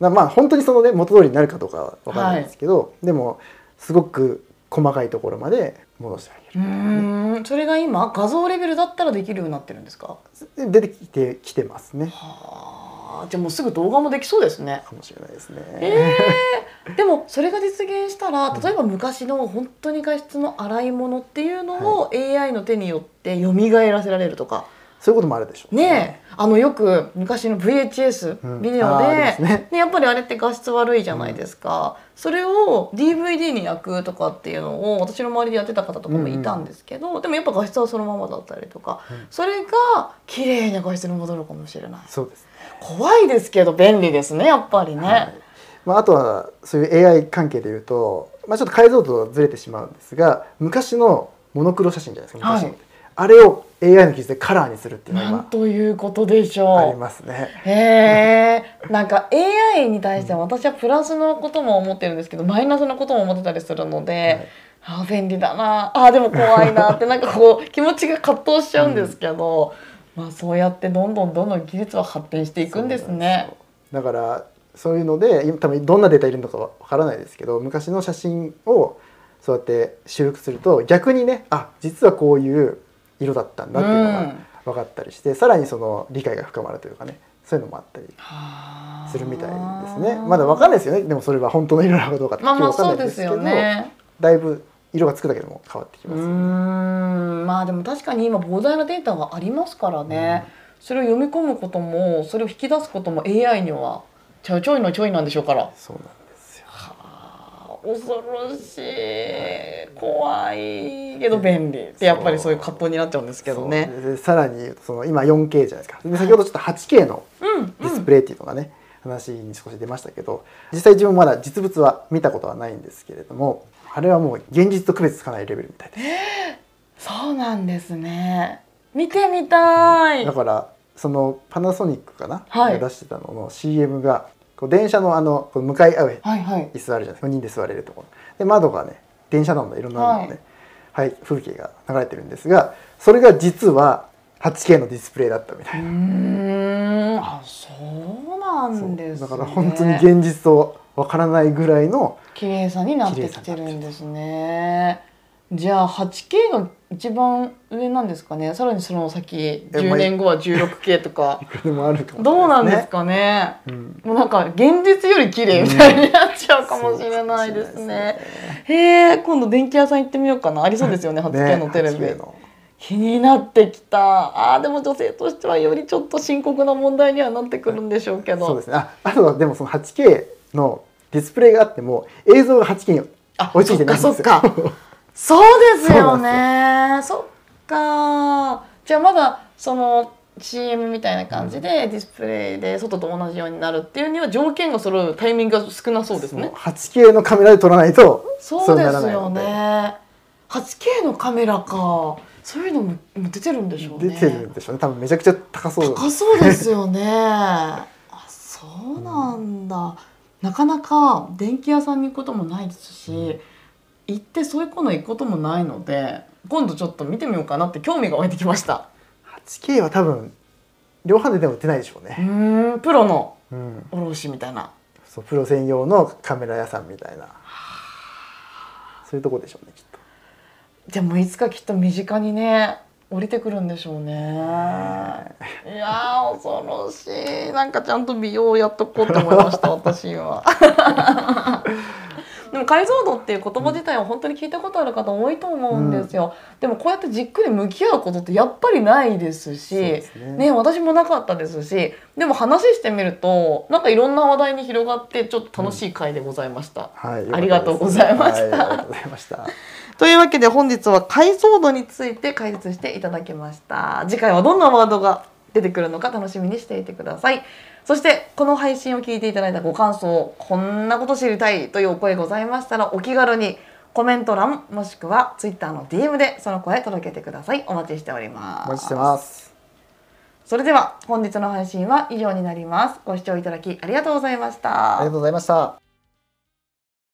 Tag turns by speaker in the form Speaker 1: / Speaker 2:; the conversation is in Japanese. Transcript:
Speaker 1: なまあ本当にそのね元通りになるかどうかは分からないですけど、でもすごく細かいところまで戻してあ
Speaker 2: うーんそれが今画像レベルだったらできるようになってるんですか
Speaker 1: げるで出てきてきてますね
Speaker 2: はあじゃあもうすぐ動画もできそうですね
Speaker 1: かもしれないですね、
Speaker 2: えー、でもそれが実現したら例えば昔の本当に画質の洗い物っていうのを AI の手によって蘇らせられるとか
Speaker 1: そういうこともあるでしょう
Speaker 2: ねえあのよく昔の VHS
Speaker 1: うん
Speaker 2: ビデオ
Speaker 1: あーありま,、
Speaker 2: です
Speaker 1: ね
Speaker 2: やっぱりあれって画質悪いじゃないですか、それを DVD に焼くとかっていうのを私の周りでやってた方とかもいたんですけど、でもやっぱ画質はそのままだったりとか、
Speaker 1: うん
Speaker 2: それが綺麗な画質に戻るかもしれない
Speaker 1: そうですね、
Speaker 2: 怖いですけど便利ですねやっぱりね、
Speaker 1: はいまあ、あとはそういう AI 関係でいうと、まあ、ちょっと解像度ずれてしまうんですが昔のモノクロ写真じゃないですか昔の、
Speaker 2: はい
Speaker 1: あれを AI の技術でカラーにするっていうのが
Speaker 2: な
Speaker 1: 今
Speaker 2: んということでし
Speaker 1: あり
Speaker 2: ょう。
Speaker 1: ますね。
Speaker 2: へえ、なんか AI に対しては私はプラスのことも思ってるんですけど、マイナスのことも思ってたりするので、ああ便利だな、ああでも怖いなってなんかこう気持ちが葛藤しちゃうんですけど、まあそうやってどんどんどんどん技術は発展していくんですね。
Speaker 1: だからそういうので今多分どんなデータいるのかわからないですけど昔の写真をそうやって修復すると逆にねあ実はこういう色だったんだっていうの
Speaker 2: うん
Speaker 1: が分かったりして、さらにその理解が深まるというかねそういうのもあったり
Speaker 2: はあ
Speaker 1: するみたいですねまだ分かんないですよねでもそれは本当の色なのかどうかって
Speaker 2: まあまあ
Speaker 1: わか
Speaker 2: そ
Speaker 1: な
Speaker 2: うん
Speaker 1: い
Speaker 2: で
Speaker 1: です
Speaker 2: す
Speaker 1: けど、
Speaker 2: よね。
Speaker 1: だいぶ色がつくだけでも変わってき
Speaker 2: う
Speaker 1: ま
Speaker 2: ー
Speaker 1: す、
Speaker 2: んまあでも確かに今膨大なデータがありますからね、それを読み込むこともそれを引き出すことも AI にはちゃうちょいのちょいなんでしょうから
Speaker 1: そうなんですよ
Speaker 2: あー恐ろしい怖いけど便利ってやっぱりそういう葛藤になっちゃうんですけどね
Speaker 1: そうでさらにその今 4K じゃないですかで先ほどちょっと 8K の
Speaker 2: うん
Speaker 1: ディスプレイっていうのがね、話に少し出ましたけど実際自分まだ実物は見たことはないんですけれどもあれはもう現実と区別つかないレベルみたいで
Speaker 2: そうなんですね見てみたい
Speaker 1: だからそのパナソニックかな、
Speaker 2: はい
Speaker 1: が出してたのの CM がこう電車のあのこう向かい合う
Speaker 2: はいはい
Speaker 1: 椅子あるじゃないですか4人で座れるところで窓がね電車なのでいろんなのね、はい風景が流れてるんですがそれが実は 8K のディスプレイだったみた
Speaker 2: う
Speaker 1: いな、
Speaker 2: ーんあそうなんです、
Speaker 1: そ
Speaker 2: ね、
Speaker 1: うだから本当に現実とわからないぐらい の
Speaker 2: 綺麗さになってきてるんですね。じゃあ 8K が一番上なんですかね。さらにその先
Speaker 1: えま
Speaker 2: 10
Speaker 1: あ
Speaker 2: 年後は 16K とか
Speaker 1: いくらでもあるかもしれないですね
Speaker 2: どうなんですかね。
Speaker 1: うん
Speaker 2: もうなんか現実より綺麗みたいになっちゃうかもしれないですね。へえ、今度電気屋さん行ってみようかな。ありそうですよね、
Speaker 1: そう
Speaker 2: 8K のテレビ。
Speaker 1: ね 8K の
Speaker 2: 気になってきた。あーでも女性としてはよりちょっと深刻な問題にはなってくるんでしょうけ
Speaker 1: そう
Speaker 2: ど
Speaker 1: で。すねああとはでもその 8K のディスプレイがあっても映像が 8K に
Speaker 2: あ
Speaker 1: 追いついてないんですよ
Speaker 2: そっ かそっかそうですよ
Speaker 1: そう
Speaker 2: ねそっかじゃあまだその CM みたいな感じでディスプレイで外と同じようになるっていうには条件が揃うタイミングが少なそうですね
Speaker 1: 8K のカメラで撮らないと
Speaker 2: そうで
Speaker 1: なら
Speaker 2: す
Speaker 1: ない
Speaker 2: よ
Speaker 1: ので
Speaker 2: ね 8K のカメラかそういうのももう出てるんでしょうね
Speaker 1: 出てるんでしょうね多分めちゃくちゃ高そう
Speaker 2: 高そうですよねあそうなんだ、なかなか電気屋さんに行くこともないですし、行ってそういうコーナー行くこともないので今度ちょっと見てみようかなって興味が湧いてきました
Speaker 1: 8K は多分量販店でも売ってないでしょう
Speaker 2: う
Speaker 1: ね、
Speaker 2: ーんプロの
Speaker 1: うん、
Speaker 2: 卸みたいな
Speaker 1: そうプロ専用のカメラ屋さんみたいなそういうとこでしょうねきっと
Speaker 2: じゃあもういつかきっと身近にね降りてくるんでしょうねいやー恐ろしいなんかちゃんと美容をやっとこうと思いま した私はでも解像度っていう言葉自体は本当に聞いたことある方多いと思うんですよ、でもこうやってじっくり向き合うことってやっぱりないですし
Speaker 1: そうですね
Speaker 2: ね私もなかったですしでも話してみるとなんかいろんな話題に広がってちょっと楽しい回でございました、
Speaker 1: はい
Speaker 2: ありがとうございまし
Speaker 1: は
Speaker 2: た
Speaker 1: いありがとうございました
Speaker 2: というわけで本日は解像度について解説していただきました次回はどんなワードが出てくるのか楽しみにしていてくださいそしてこの配信を聞いていただいたご感想こんなこと知りたいというお声ございましたらお気軽にコメント欄もしくは Twitter の DM でその声届けてくださいお待ちしておりま
Speaker 1: お待
Speaker 2: す
Speaker 1: ちしてます
Speaker 2: それでは本日の配信は以上になりますご視聴いただきありがとうございました
Speaker 1: ありがとうございました